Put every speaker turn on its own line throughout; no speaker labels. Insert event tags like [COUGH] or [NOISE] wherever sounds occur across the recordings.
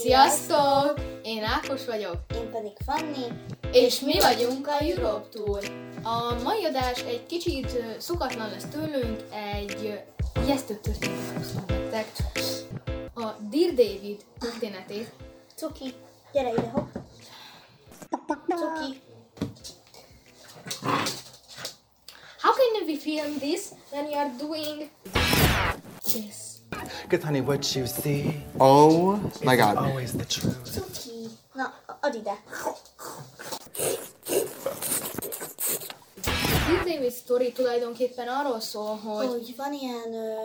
Sziasztok! Én Ákos vagyok,
Én pedig Fanni.
és mi vagyunk a Europe Tour. A mai adás egy kicsit ö, szokatlan lesz tőlünk, egy ö, ijesztő történetet hoztunk nektek. A Dear David történetét.
Cuki, gyere ide, hopp. Cuki,
How can we film this when you are doing this?
Because, honey, what you see
Oh my
is
god.
always the truth.
cuki. Na, ad ide.
A Dear David story tulajdonképpen arról szól, hogy
Hogy van ilyen... Ö,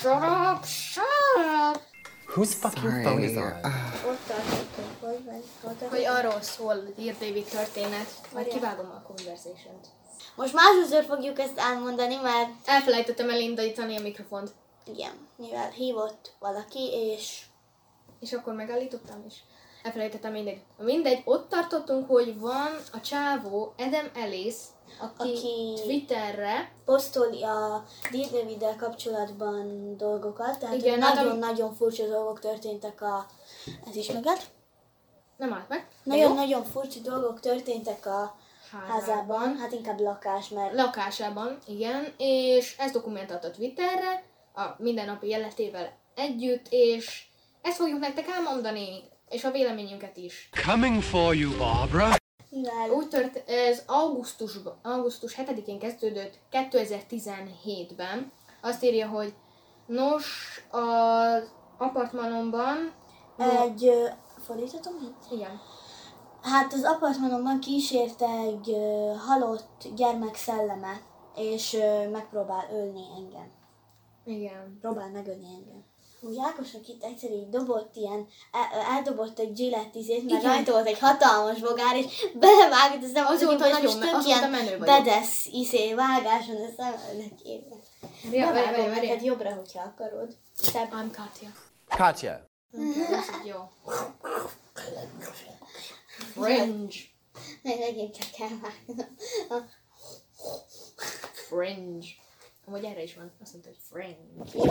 Shut up, shut up!
Whose fucking phone is
Sorry.
on?
ott tartottunk, hogy ment oda.
Hogy arról szól a Dear David történet. Majd kivágom a conversation-t.
Most másodszor fogjuk ezt elmondani, mert
Elfelejtettem elindítani a mikrofont.
igen, mivel hívott valaki, és
És akkor megállítottam is. Elfelejtettem mindegy. Mindegy, ott tartottunk, hogy van a csávó Adam Ellis, aki,
Aki-
Twitterre
posztolj a Daviddel kapcsolatban dolgokat, tehát
Igen, hát
nagyon-nagyon furcsa dolgok történtek a... Ez is megad.
nem állt meg.
Nagyon-nagyon furcsa dolgok történtek a
Házában.
házában, hát inkább lakás, mert
lakásában, igen, és ezt dokumentálta Twitterre, a mindennapi életével együtt, és ezt fogjuk nektek elmondani, és a véleményünket is.
Coming for you, Barbara.
mivel
Úgy tört, ez augusztus, augusztus 7-én kezdődött 2017-ben. Azt írja, hogy nos, az apartmanomban,
Egy, ö, fordíthatom én?
igen,
Hát az apartmanomban kísérte egy ö, halott gyermek szelleme, és ö, megpróbál ölni engem.
igen,
Próbál megölni engem. Úgy Ákosnak itt egyszer így dobott ilyen, el, eldobott egy Gillette izét, mert
Igen.
rajta volt egy hatalmas bogár, és belevágott, ez nem
Azóta
azóta, hogy
nagyon
most
me-
tök
azóta
ilyen
menő vagyok.
bedesz izé vágáson a szememnek éve.
Várj, várj,
Bevágom
várj.
neked hát jobbra, hogyha akarod.
Step I'm Katya.
Katya.
Jó. Fringe.
Meg megint csak kell vágnom.
Fringe. Amúgy erre is van. Azt mondta, hogy fringe. És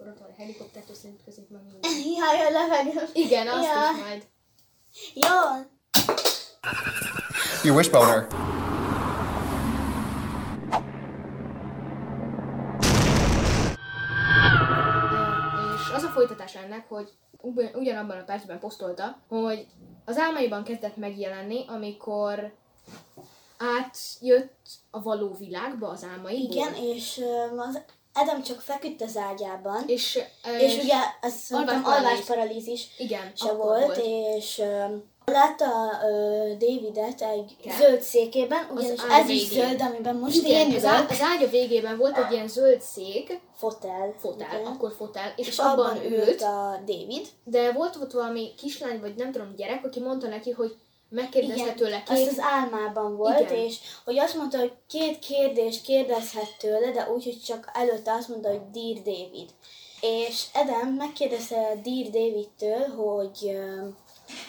akkor ott van a helikoptertől szintkezik meg minden.
Jaj, a levegőm.
Igen, azt
Jaj.
is majd.
Jó,
Your wishboner.
És az a folytatás ennek, hogy ugyan- ugyanabban a percben posztolta, hogy az álmaiban kezdett megjelenni, amikor átjött a való világba az álmaiból.
Igen, és öm, az Adam csak feküdt az ágyában, és,
És,
és ugye azt szerintem
alvásparalízis.
alvásparalízis
igen,
se
akkor
volt, volt, és öm, látta ö, Davidet egy igen. zöld székében, ugyanis
ágy
ez is
végén.
zöld, amiben most
Igen,
én
az, á,
ülök.
az ágya végében volt egy ilyen zöld szék,
Fotel.
fotel,
igen.
akkor fotel, és,
És
abban ült,
a David.
de volt ott valami kislány, vagy nem tudom, gyerek, aki mondta neki, hogy megkérdezte tőle
azt
két...
az álmában volt,
Igen.
igen. és hogy azt mondta, hogy két kérdést kérdezhet tőle, de úgy, hogy csak előtte azt mondta, hogy Dear David. És Adam megkérdezte Dear Davidtől, hogy, ö,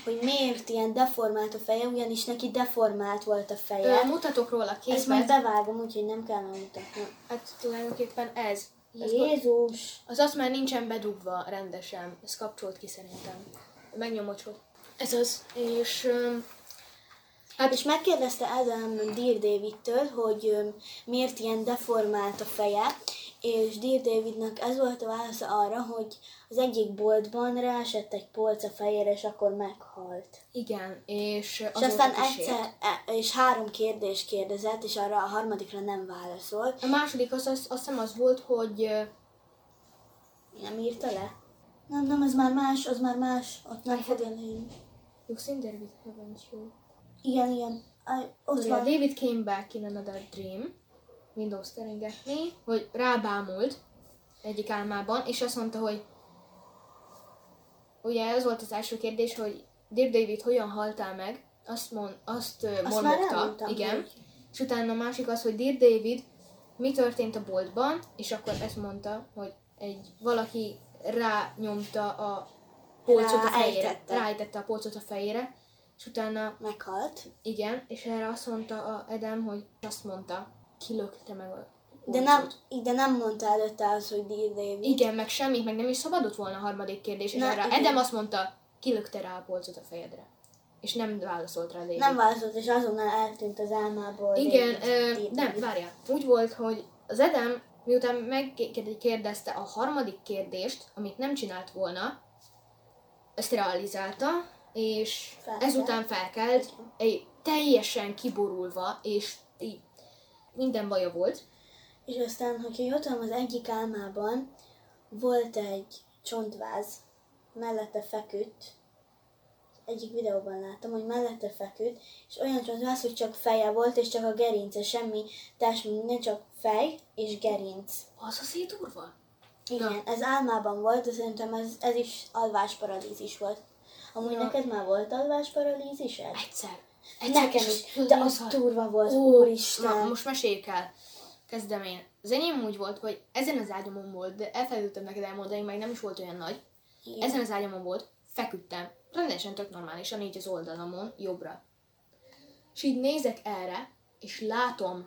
hogy miért ilyen deformált a feje, ugyanis neki deformált volt a
Ö,
feje.
mutatok róla
Ezt majd
képet.
bevágom, úgyhogy nem kell megmutatnom.
Hát tulajdonképpen ez. Ez volt-
Jézus!
Az azt már nincsen bedugva rendesen. Ez kapcsolt ki szerintem. Megnyomod csak. Ez az. És öm,
Hát és megkérdezte Adam Dear Davidtől, hogy ö, miért ilyen deformált a feje, és Dear Davidnak ez volt a válasza arra, hogy az egyik boltban ráesett egy polca fejére, és akkor meghalt.
igen, és
Az és aztán egyszer, e- és három kérdést kérdezett, és arra a harmadikra nem válaszolt.
A második az, az, azt hiszem az volt, hogy ö,
Nem írta le? Nem, nem, az már más, az már más, ott nem fog elérni.
You've seen there with haven't you?
Igen, igen, Aj, ott
Ugye,
van.
David came back in another dream, Windows teringetni, hogy rábámult egyik álmában, és azt mondta, hogy ugye ez volt az első kérdés, hogy Dear David, hogyan haltál meg? Azt, mond, azt, ö,
már
mormogta,
elmondtam,
igen.
hogy-
És utána a másik az, hogy Dear David, mi történt a boltban? És akkor ezt mondta, hogy egy valaki rányomta a polcot a fejére.
Ráejtette.
Ráejtette a polcot a fejére, és utána
Meghalt.
igen, és erre azt mondta a Edem, hogy azt mondta, kilökte meg a
De nem, de nem mondta előtte az, hogy Dear David.
Igen, meg semmit, meg nem is szabadott volna a harmadik kérdés, és
Na,
erre
igen.
Edem azt mondta, kilökte rá a polcot a fejedre. És nem válaszolt rá David.
Nem válaszolt, és azonnal eltűnt az álmából.
Igen,
David.
ö,
David.
nem, várjál. Úgy volt, hogy az Edem, miután megkérdezte a harmadik kérdést, amit nem csinált volna, ezt realizálta, és
Felkelt.
ezután felkelt, egy teljesen kiborulva, és így minden baja volt.
És aztán, hogyha jól tudom, az egyik álmában volt egy csontváz, mellette feküdt, egyik videóban láttam, hogy mellette feküdt, és olyan csontváz, hogy csak feje volt, és csak a gerince, semmi társ, minden, csak fej és gerinc.
Az a szétúrva?
Igen, ez álmában volt, de szerintem ez, ez is alvásparalízis volt. Amúgy neked már volt alvásparalízised?
Egyszer. Egyszer
Nekem
és
is, de az
szar.
turva volt,
Ó,
úristen.
Na, most meséljük el. Kezdem én. Az enyém úgy volt, hogy ezen az ágyamon volt, de elfelejtettem neked elmondani, meg nem is volt olyan nagy.
Igen.
Ezen az ágyamon volt, feküdtem, rendesen tök normálisan, így az oldalamon, jobbra. És így nézek erre, és látom,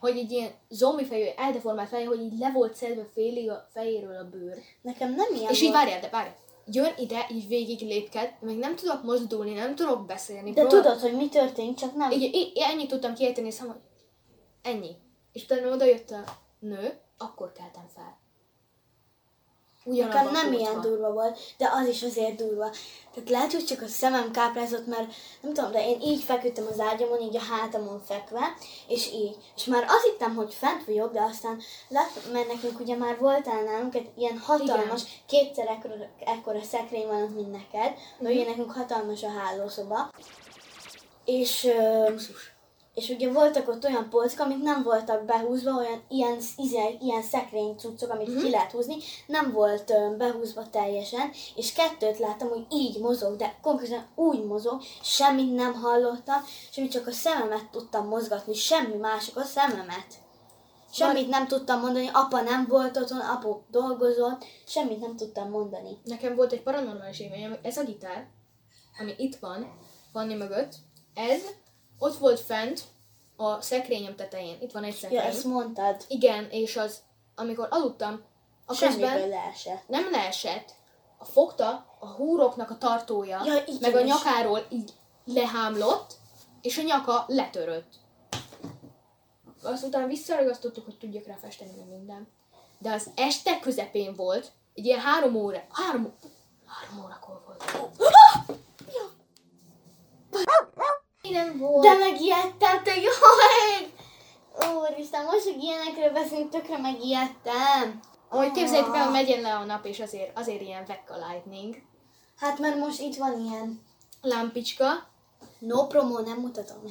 hogy egy ilyen zombi fejű, eldeformált fejű, hogy így le volt szedve félig a fejéről a bőr.
Nekem nem ilyen
és
volt.
így várjál, de várjál. Jön ide, így végig lépked, meg nem tudok mozdulni, nem tudok beszélni.
De
próbál-
tudod, hogy mi történt, csak nem.
így, így, így ennyit tudtam kiejteni, és hogy ennyi. És utána oda jött a nő, akkor keltem fel.
Nekem nem
kulcba.
ilyen durva volt, de az is azért durva. Tehát lehet, hogy csak a szemem káprázott, mert nem tudom, de én így feküdtem az ágyamon, így a hátamon fekve, és így. És már azt hittem, hogy fent vagyok, de aztán lett, mert nekünk ugye már voltál nálunk egy ilyen hatalmas, Igen. kétszer ekkora, ekkora szekrény van, mint neked, de ugye nekünk hatalmas a hálószoba. És, ö, és ugye voltak ott olyan polcok, amik nem voltak behúzva, olyan ilyen, ilyen, ilyen szekrény cuccok, amit ki
Mhm.
lehet húzni, nem volt ö, behúzva teljesen, és kettőt láttam, hogy így mozog, de konkrétan úgy mozog, semmit nem hallottam, semmit csak a szememet tudtam mozgatni, semmi más, csak a szememet. Semmit nem tudtam mondani, apa nem volt otthon, apu dolgozott, semmit nem tudtam mondani.
Nekem volt egy paranormális élményem, ez a gitár, ami itt van, Fanni mögött, ez ott volt fent a szekrényem tetején. Itt van egy szekrény.
Ja, ezt mondtad.
Igen, és az, amikor aludtam, a
Semmiből
közben
leesett.
nem leesett, a fogta a húroknak a tartója,
Ja, igen,
meg a
és-
nyakáról így lehámlott, és a nyaka letörött. Azután visszaragasztottuk, hogy tudjak rá festeni meg minden. De az este közepén volt, egy ilyen három óra, három, három órakor volt. Nem volt.
De megijedtem, te jaj! Úristen, most, hogy ilyenekről beszélünk, tökre megijedtem.
Hogy képzeljétek el, hogy megyen le a nap, és azért, azért ilyen vekka lightning.
Hát mert most itt van ilyen.
Lámpicska,
No promo, nem mutatom.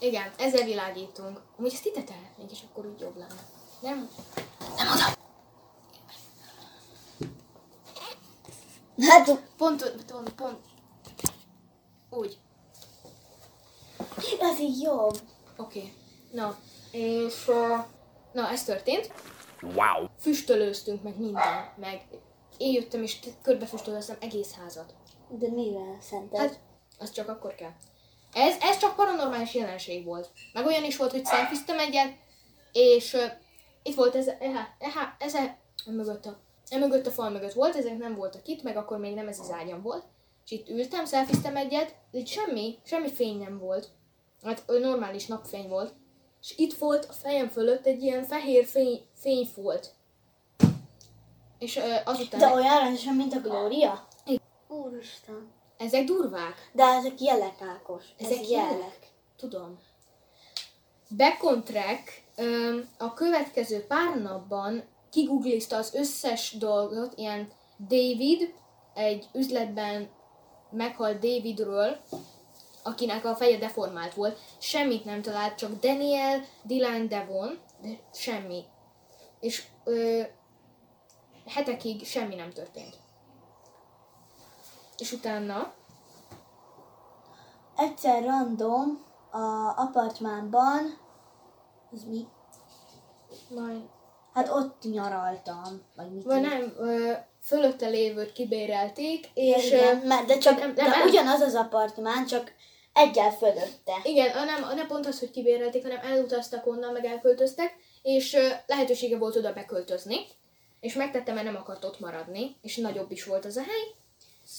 Igen, ezzel világítunk. Amúgy ezt ide tehetnénk, és akkor úgy jobb lenne. Nem?
Hát,
Pont, pont, pont. Úgy.
ez így jobb.
Oké. Okay. Na, és... Uh, na, ez történt.
Wow.
Füstölőztünk meg minden, meg én jöttem és körbefüstölöztem egész házat.
De mire szented?
Hát, az csak akkor kell. Ez, ez csak paranormális jelenség volt. Meg olyan is volt, hogy szelfiztem egyet, és uh, itt volt ez, ehá, ehá, ez e- mögött a, e mögött a fal mögött volt, ezek nem voltak itt, meg akkor még nem ez az ágyam volt. És itt ültem, szelfiztem egyet, de itt semmi, semmi fény nem volt. Hát ö, normális napfény volt. És itt volt a fejem fölött egy ilyen fehér fény, fény volt. És ö, azután...
de olyan rendesen, mint a Glória?
Hát, Igen.
Úristen.
Ezek durvák.
De ezek jelek, Ákos.
Ezek jelek. Tudom. Bekontrek öm, a következő pár napban kiguglizta az összes dolgot, ilyen David, egy üzletben meghalt Davidről, akinek a feje deformált volt. Semmit nem talált, csak Daniel, Dylan, Devon, de semmi. És ö, hetekig semmi nem történt. És utána
Egyszer random a apartmánban, az mi?
majd
Hát ott nyaraltam, vagy mit.
Vagy nem, ö, fölötte lévőt kibérelték, és
Igen,
ö,
mert de csak
nem-
nem,
nem-
de
nem.
ugyanaz az apartmán, csak egyel fölötte.
Igen, a nem, a nem pont az, hogy kibérelték, hanem elutaztak onnan, meg elköltöztek, és ö, lehetősége volt oda beköltözni, és megtette, mert nem akart ott maradni, és nagyobb is volt az a hely,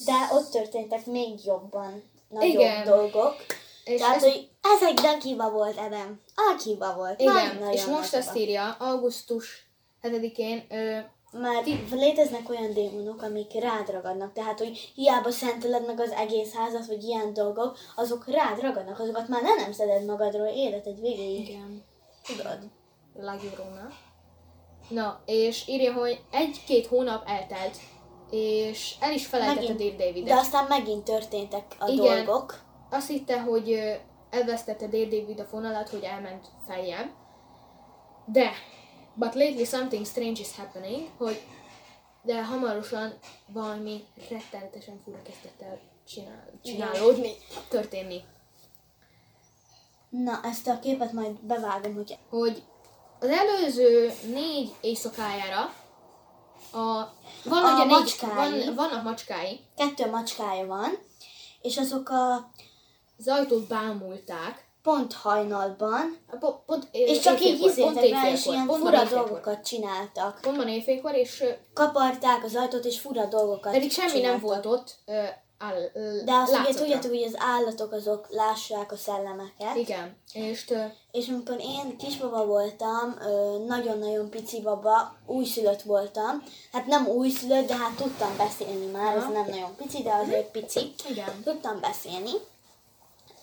De ott történtek még jobban nagyobb
Igen.
dolgok.
És
Tehát,
ez-
hogy ez egy dakiba volt, Evan. Akiba volt.
Igen,
Nagyon-nagyon
és most
dakiba.
azt írja, augusztus 7-én, ö,
Már léteznek olyan démonok, amik rád ragadnak, tehát hogy hiába szenteled meg az egész házat, vagy ilyen dolgok, azok rád ragadnak, azokat már le nem szeded magadról életed végéig.
igen,
Tudod?
La Llorona. Na, és írja, hogy egy-két hónap eltelt, és el is felejtette Dave
de
Davidet.
aztán megint történtek a
Igen.
dolgok.
Azt hitte, hogy ö, elvesztette Dave David a fonalat, hogy elment feljebb. De, but lately something strange is happening, hogy de hamarosan valami rettenetesen fura kezdett el csinál, csinálódni, történni.
Na, ezt a képet majd bevágom, hogy
hogy az előző négy éjszakájára a, van,
A
ugye négy,
macskái.
van, vannak macskái,
kettő macskája van, és azok a
az ajtót bámulták,
pont hajnalban,
a po- pont,
és csak így
éjfélkor, pont
izéltek rá, és
éjfélkor,
ilyen
pont
fura
éjfélkor.
dolgokat csináltak.
Pont van éjfélkor, és ö,
Kaparták az ajtót, és fura dolgokat
pedig semmi nem
csináltak.
volt ott. Ö, áll, ö,
De azt ugye
látszatra.
tudjátok, hogy az állatok azok lássák a szellemeket.
Igen, és ö,
És amikor én kisbaba voltam, ö, nagyon-nagyon pici baba, újszülött voltam. Hát nem újszülött, de hát tudtam beszélni már, ez nem nagyon pici, de azért pici.
Igen.
Tudtam beszélni.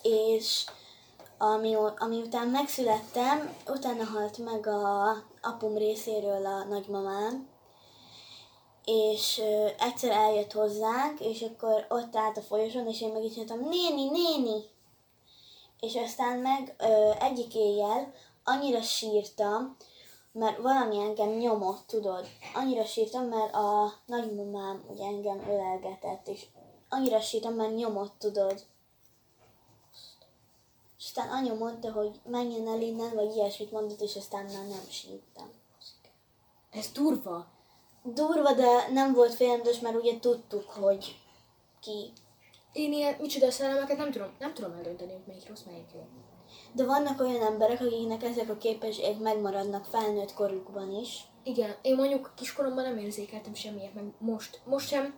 És ami, amiután megszülettem, utána halt meg a apum részéről a nagymamám, és ö, egyszer eljött hozzánk, és akkor ott állt a folyosón, és én meg így mondtam, néni, néni, és aztán meg ö, egyik éjjel annyira sírtam, mert valami engem nyomott, tudod. Annyira sírtam, mert a nagymamám ugye engem ölelgetett, és annyira sírtam, mert nyomott, tudod. És aztán anya mondta, hogy menjen el innen, vagy ilyesmit mondott, és aztán már nem sírtam.
ez durva.
Durva, de nem volt félelmetes, mert ugye tudtuk, hogy ki
Én ilyen micsoda szellemeket nem tudom, nem tudom eldönteni, hogy melyik rossz, melyik jó.
de vannak olyan emberek, akiknek ezek a képességek megmaradnak felnőtt korukban is.
Igen, én mondjuk kiskoromban nem érzékeltem semmilyet, meg most, most sem,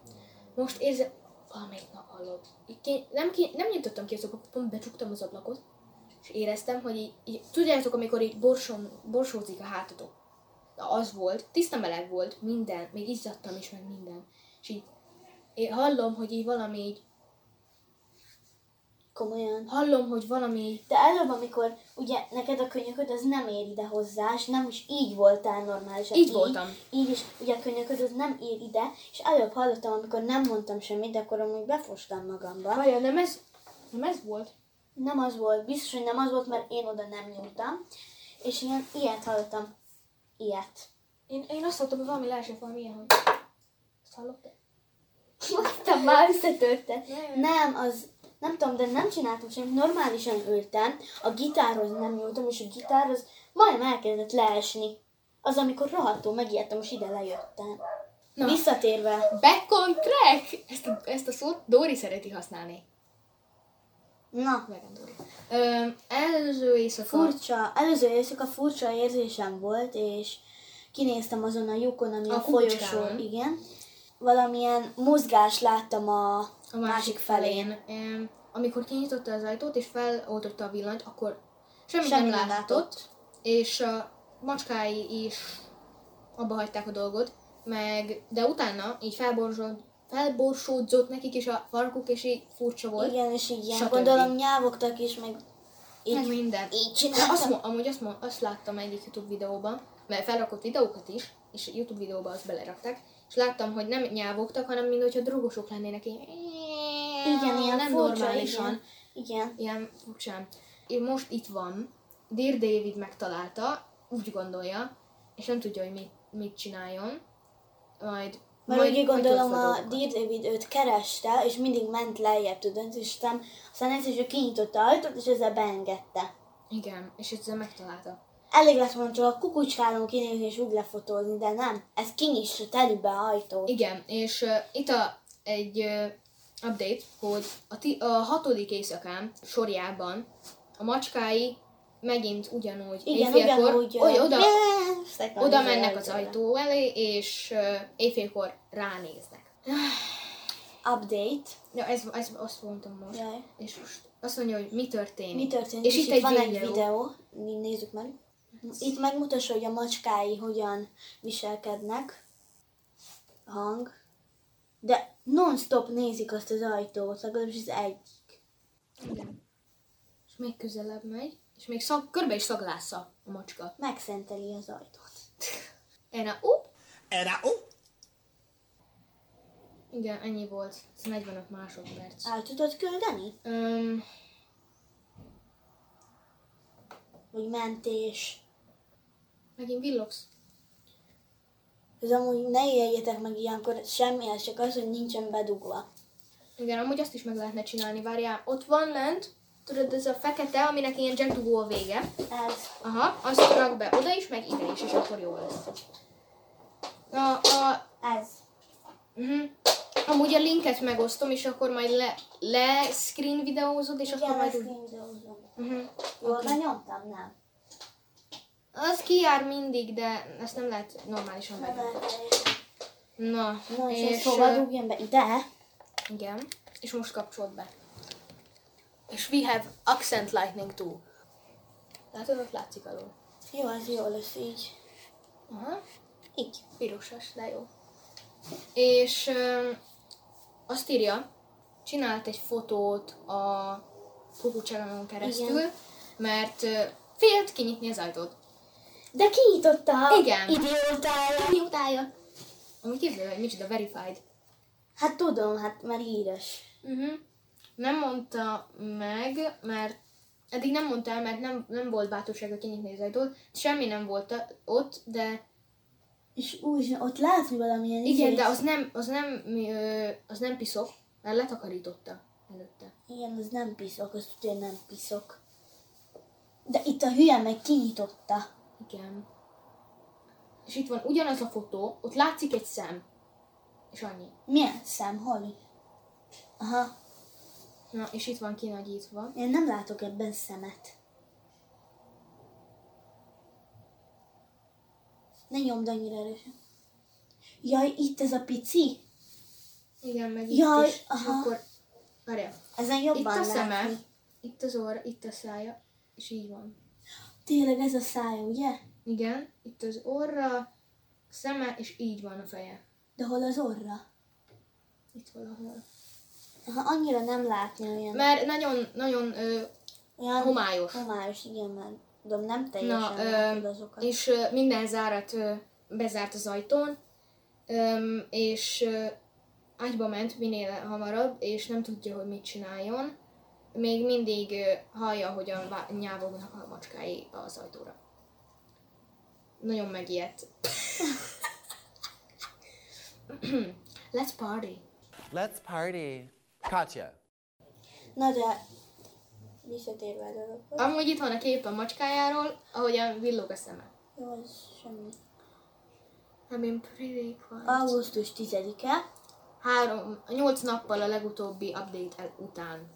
most érzem, valamelyik nap hallott. Így Ki, nem, ki, nem nyitottam ki az ablakot, pont becsuktam az ablakot, és éreztem, hogy így, így tudjátok, amikor így borsom, borsózik a hátatok. Na az volt, tiszta meleg volt, minden, még izzadtam is, meg minden. És így én hallom, hogy így valami így,
Komolyan.
hallom, hogy valami így,
De előbb, amikor ugye neked a könyököd az nem ér ide hozzá, és nem is így voltál normálisan.
Így voltam.
Így is, ugye a könyököd az nem ér ide, és előbb hallottam, amikor nem mondtam semmit, de akkor amúgy befostam magamba.
vajon nem ez, nem ez volt?
Nem az volt, biztos, hogy nem az volt, mert én oda nem nyúltam. És ilyen, ilyet hallottam. Ilyet.
Én, én azt hallottam, hogy valami leesett, valami ilyen, hogy ezt hallottad?
Mondtam, már összetörte.
Nem.
Nem, az nem tudom, de nem csináltam semmit, normálisan ültem, a gitárhoz nem nyúltam, és a gitárhoz majdnem elkezdett leesni. Az, amikor rohadtul megijedtem, és ide lejöttem. Na. Visszatérve,
Back on track! Ezt a, ezt a szót Dóri szereti használni.
na,
Megan Dóri. Öm, előző éjszaka...
furcsa, előző éjszaka furcsa érzésem volt, és kinéztem azon a lyukon, ami
A
a, a
kukucskán.
folyosón, igen. Valamilyen mozgást láttam a,
a másik felén. Öm, amikor kinyitotta az ajtót és feloltotta a villanyt, akkor semmit
Semmi
nem
nem
látott,
látott.
és a macskái is abba hagyták a dolgot, meg, de utána így felborzsod, felborsódzott nekik is a farkuk, és így furcsa volt.
Igen, és így ilyen,
Stb.
gondolom nyávogtak is, meg
Meg
így,
minden.
így
Na,
csináltam.
azt, mo- amúgy azt, mo- azt láttam egyik YouTube videóban, mert felrakott videókat is, és a YouTube videóba azt belerakták, és láttam, hogy nem nyávogtak, hanem mintha drogosok lennének így.
Igen, ilyen
nem
furcsa,
normálisan.
Igen. igen.
Ilyen furcsán. Én most itt van, Dear David megtalálta, úgy gondolja, és nem tudja, hogy mit, mit csináljon. Majd
Mert
majd
ugye gondolom
megtudod
a
dolgokat.
Dear David őt kereste, és mindig ment lejjebb, tudod, és aztán, aztán egyszer csak kinyitotta a ajtót, és ezzel beengedte.
Igen, és ezzel megtalálta.
Elég lett volna csak a kukucskálón kinézni és úgy lefotózni, de nem. Ez kinyissa telibe a ajtót.
Igen, és uh, itt a, egy uh, update, hogy a, ti, a hatodik éjszakán sorjában a macskái megint ugyanúgy
Igen,
éjfélkor
ugyanúgy. ö,
oly- oda,
yes,
oda mennek az ajtó elé, és ö, éjfélkor ránéznek.
Update.
Ja, ez, ez azt mondtam most.
Jaj.
És most azt mondja, hogy mi történik.
Mi történik?
És, itt, egy
van
videó.
egy videó. Mi nézzük meg. Itt megmutassa, hogy a macskái hogyan viselkednek. Hang. De non-stop nézik azt az ajtót, legalábbis az egyik.
És még közelebb megy, és még szag, körbe is szaglásza a macska.
Megszenteli az ajtót.
Erre, ó,
And I, oh,
igen, ennyi volt. Ez 45 másodperc.
El tudod küldeni?
Öm,
Hogy mentés.
megint villogsz.
Ez amúgy ne éljetek meg ilyenkor semmi, ez csak az, hogy nincsen bedugva.
Igen, amúgy azt is meg lehetne csinálni, várjál. Ott van lent, tudod, ez a fekete, aminek ilyen jack dugó a vége.
Ez.
Aha, azt rak be oda is, meg ide is, és akkor jó lesz. A, a,
Ez.
uh-huh. Amúgy a linket megosztom, és akkor majd le, le screen videózod, és akkor
Igen,
majd
ezt
úgy...
én dolgozom.
Uh-huh.
Jól benyomtam, nem?
Az kijár mindig, de ezt nem lehet normálisan meg. Na,
Na, és, és
és
hova
ö,
dugjam be? Ide?
igen, és most kapcsolt be. És we have accent lightning too. Látod, ott látszik alul.
Jó, az jó lesz így.
Aha,
Így.
pirosas, de jó. És ö, azt írja, csinált egy fotót a pukucságon keresztül,
Igen.
mert ö, félt kinyitni az ajtót.
De kinyitotta!
Igen.
Idiótája!
Miutája. Ami képzelő, hogy micsoda verified.
Hát tudom, hát már híres.
Uh-huh. Nem mondta meg, mert eddig nem mondta el, mert nem, nem volt bátorsága kinyitni az ajtót, semmi nem volt a- ott, de
És úgy, ott látni valamilyen izé
igen,
izét.
de az nem, az nem, ö, az nem piszok, mert letakarította előtte.
Igen, az nem piszok, azt tudja, hogy nem piszok. De itt a hülye meg kinyitotta.
Igen. És itt van ugyanaz a fotó, ott látszik egy szem. És annyi.
Milyen szem, hol? Aha,
Na, és itt van kinagyítva.
én nem látok ebben szemet. Ne nyomd annyira erősen. Jaj, itt ez a pici?
Igen, meg itt
Jaj,
is. És
aha.
akkor, várjál.
Ezen
Itt
jobban
a szeme,
látni.
itt az orra, itt a szája, és így van.
Tényleg ez a szája, ugye?
Igen, itt az orra, szeme, és így van a feje.
De hol az orra?
Itt valahol.
Ha annyira nem látni olyan.
Mert nagyon, nagyon, ö,
olyan
homályos.
Homályos, igen, mert tudom, nem teljesen
na,
Na,
ö,
látod azokat.
és ö, minden zárat ö, bezárt az ajtón, ö, és ö, ágyba ment minél hamarabb, és nem tudja, hogy mit csináljon. Még mindig ö, hallja, hogyan vá- nyávognak a macskái az ajtóra. Nagyon
[LAUGHS]
megijedt. Let's party!
let's party. Katya.
Na de, visszatérve a dologhoz.
Amúgy itt van a kép a macskájáról, ahogyan villog a szeme.
Jó, az semmi.
I mean, pretty quiet.
Augusztus 10-e.
Három, nyolc nappal a legutóbbi update el, után.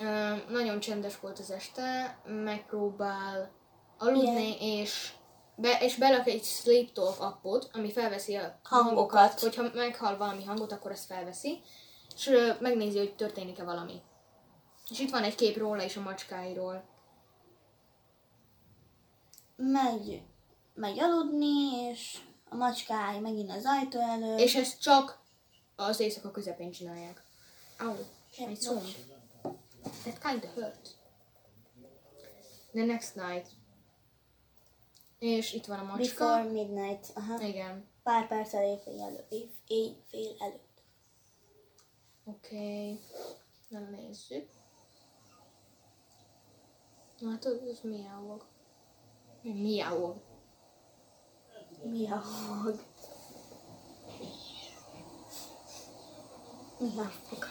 Ö, nagyon csendes volt az este, megpróbál aludni, és, be, és belak egy Sleep Talk appot, ami felveszi a
Hangokat.
Hogyha meghal valami hangot, akkor ezt felveszi, és ö, megnézi, hogy történik-e valami. És itt van egy kép róla és a macskáiról.
Megy, megy aludni, és a macskái megint az ajtó elő.
És ezt csak az éjszaka közepén csinálják. Au, egy szó. That kinda hurt. The next night. És itt van a
Before
macska.
midnight. Aha.
Igen.
Pár perccel éjfél előtt. éj- Éjfél előtt.
Oké. Okay. Na nézzük. Na hát az, az miávog. Miávog.
Mi a fog? Mi a fog?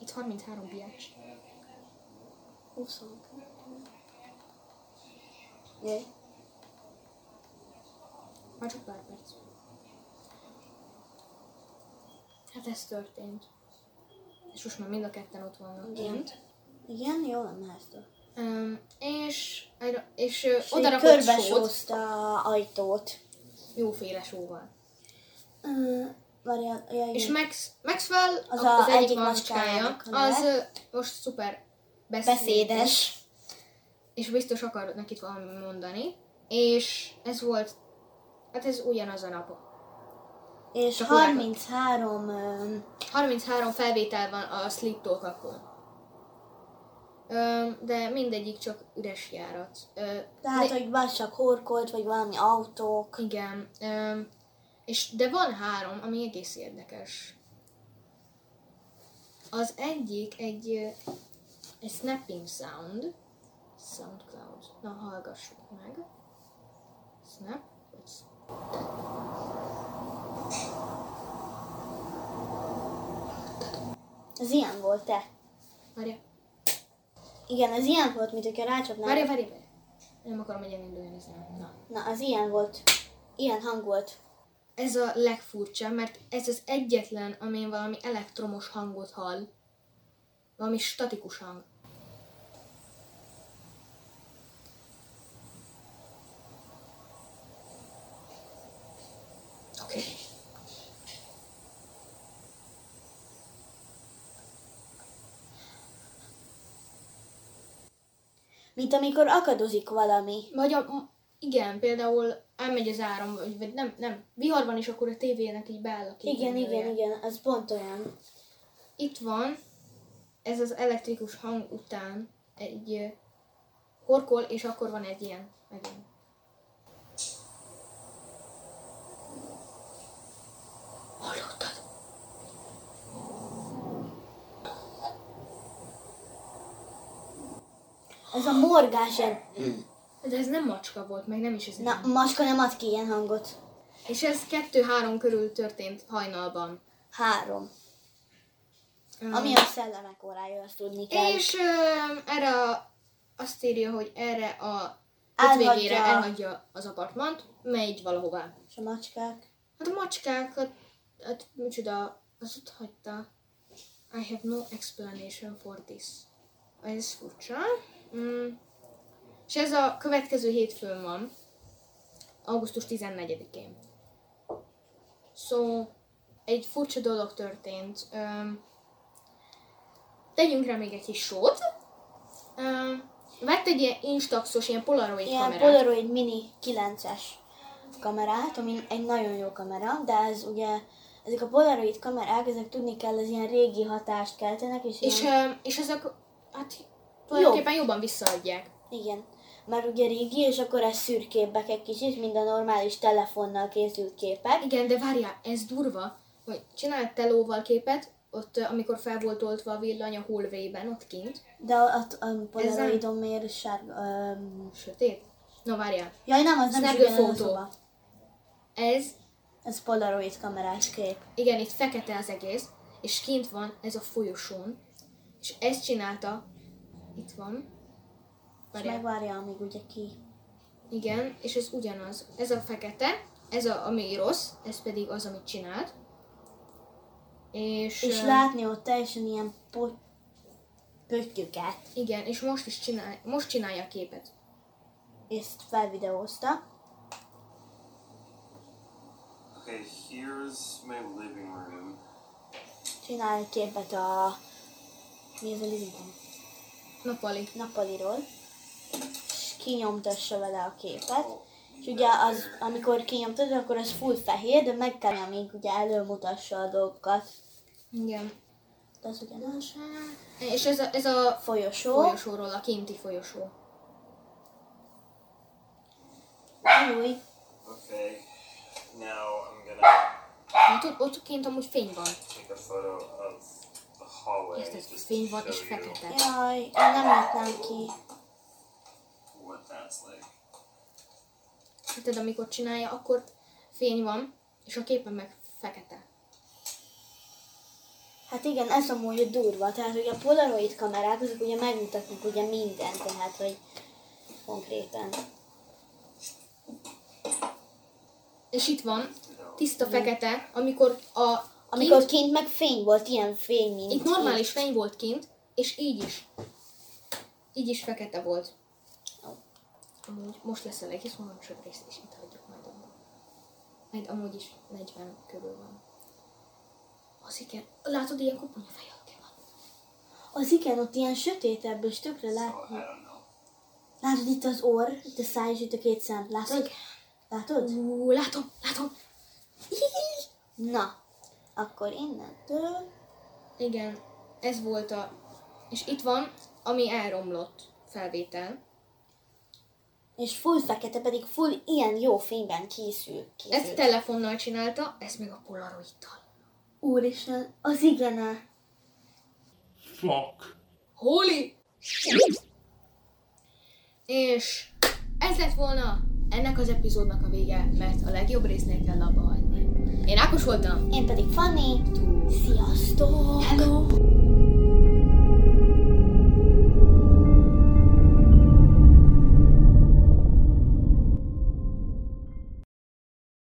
Itt 33 biács.
Úszunk. Jaj.
Már csak pár perc. Hát ez történt. És most már mind a ketten ott vannak
Igen.
kint.
Igen, jó lenne ezt.
Um, és, erre- és, ö,
És
oda
így
rakott sót,
körbesózta ajtót.
jóféle sóval.
Ö, Várjál, ja,
És
igen.
Max, Maxwell,
Az
az,
a
az egyik
egyik
macskája,
macskájának a neve.
az ö, most szuper beszédes,
beszédes.
és biztos akar nekik valami mondani. És ez volt, hát ez ugyanaz a nap.
És
Csak
33 ö,
33 felvétel van a Sleep-tól kapon. Ö, De mindegyik csak üres járat. Ö,
Tehát,
de-
hát, hogy vagy csak horkolt, vagy valami autók.
Igen. öm, és de van három, ami egész érdekes. Az egyik egy, ö, egy snapping sound. Soundcloud. Na, hallgassuk meg. Snap. vagy s-
Ez ilyen volt te.
Várja,
Igen, ez ilyen volt, mint hogyha
várja,
rácsapnál.
várja, várja. Nem akarom egy elindulni ez nem. Na.
Na, az ilyen volt. Ilyen hang volt.
Ez a legfurcsa, mert ez az egyetlen, amin valami elektromos hangot hall. Valami statikus hang. Oké. Okay.
Mint amikor akadozik valami.
Vagy a, igen, például elmegy az áram, vagy, vagy nem, nem, vihar van, és akkor a tévének így beáll a
Igen,
képernyője.
igen, igen, az pont olyan.
Itt van, ez az elektrikus hang után egy ö, horkol, és akkor van egy ilyen megint. Hallottad?
Ez a morgás. ilyen-
De ez nem macska volt, meg nem is ez
Na,
ilyen.
macska nem ad ki ilyen hangot.
És ez kettő-három körül történt hajnalban.
Három.
Öm,
Ami a szellemek órája, azt tudni kell.
Hmm. És öm, erre a, azt írja, hogy erre a
Elhagyja.
végére elhagyja az apartmant, megy valahová.
És a macskák.
Hát a macskákat, hát micsoda, az ott hagyta. I have no explanation for this. Ez furcsa. Mm. És ez a következő hétfőn van. Augusztus 14-én. So, egy furcsa dolog történt. Um, tegyünk rá még egy kis sót. Um, vett egy ilyen instaxos, ilyen polaroid
Ilyen
kamerát.
Polaroid Mini 9-es kamerát, ami egy nagyon jó kamera, de ez ugye, ezek a Polaroid kamerák, ezek tudni kell, ez ilyen régi hatást keltenek, és,
És,
ilyen,
ö, és ezek, hát tulajdonképpen jobban visszaadják.
igen, már ugye régi, és akkor ez szürkébbek egy kicsit, mint a normális telefonnal készült képek.
Igen, de várjál, ez durva, hogy csinált telóval képet, ott, ö, amikor fel volt oltva a villany a hallwayben, ott kint,
De a, a, a Polaroidon miért sárga... Um,
sötét. Na várjál,
jaj, nem, az nem is
Snapple
ugyanaz a
photo.
szoba.
ez,
Ez Polaroid kamerás kép.
igen, itt fekete az egész, és kint van ez a folyosón, és ezt csinálta, itt van,
És
várjál,
megvárja, amíg ugye ki.
igen, és ez ugyanaz, ez a fekete, ez a, ami rossz, ez pedig az, amit csinált, és,
És
ö,
látni ott teljesen ilyen po- pöttyöket.
igen, és most is csinál, most csinálja a képet.
ezt felvideózta.
Okay, here's my living room.
Csinál egy képet a... Mi ez a living room?
Napali.
Nappaliról. És kinyomtassa vele a képet. És ugye az, amikor kinyomtad, akkor az full fehér, de meg kell, amíg ugye előmutassa a dolgokat.
Igen.
De az ugyanaz.
És ez a, ez a
Folyosó.
folyosóról, a kinti folyosó.
Új.
Okay, now I'm gonna
Hát ott, ott kint amúgy fény van.
take a photo of the hallway.
Érted,
just to
fény van és
show you
fekete.
Jaj, én nem látnám ki.
what that's like.
Érted, amikor csinálja, akkor fény van, és a képen meg fekete.
Hát igen, ez amúgy durva. Tehát, hogy a polaroid kamerák, azok ugye megmutatnak ugye mindent, tehát, hogy konkrétan.
És itt van, tiszta fekete, amikor a
Amikor kint meg fény volt, ilyen fény, mint
Itt normális fény volt kint, és így is. Így is fekete volt. Amúgy most lesz a egész homoksod rész, és itt hagyjuk majd abban. Majd amúgy is 40 körül van. Az igen, látod, ilyen koponya feje van.
Az igen, ott ilyen sötétebb, és tökre látni.
I don't know.
Látod itt az orr, itt a száj, és itt a két szem. Látod?
Igen.
Látod?
Ú, látom, látom.
Na, akkor innentől...
Igen, ez volt a... És itt van, ami elromlott felvétel.
És full fekete, pedig full ilyen jó fényben készül. készül.
Ezt telefonnal csinálta, ez meg a polaroidtal.
Úristen, az igen
Holy! És ez lett volna ennek az epizódnak a vége, mert a legjobb résznél kell abba hagyni. Én Ákos voltam.
Én pedig Fanni.
Tú.
Sziasztok!
Hello!